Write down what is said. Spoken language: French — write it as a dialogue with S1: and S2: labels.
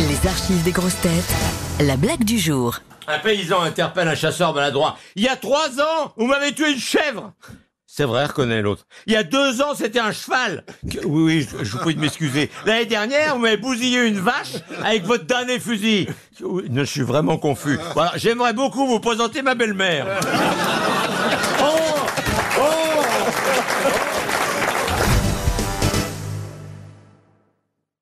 S1: Les archives des grosses têtes, la blague du jour.
S2: Un paysan interpelle un chasseur maladroit. Il y a trois ans, vous m'avez tué une chèvre. C'est vrai, reconnaît l'autre. Il y a deux ans, c'était un cheval. Que- Oui, oui, je, je vous prie de m'excuser. L'année dernière, vous m'avez bousillé une vache avec votre dernier fusil. Oui, non, je suis vraiment confus. Voilà, j'aimerais beaucoup vous présenter ma belle-mère.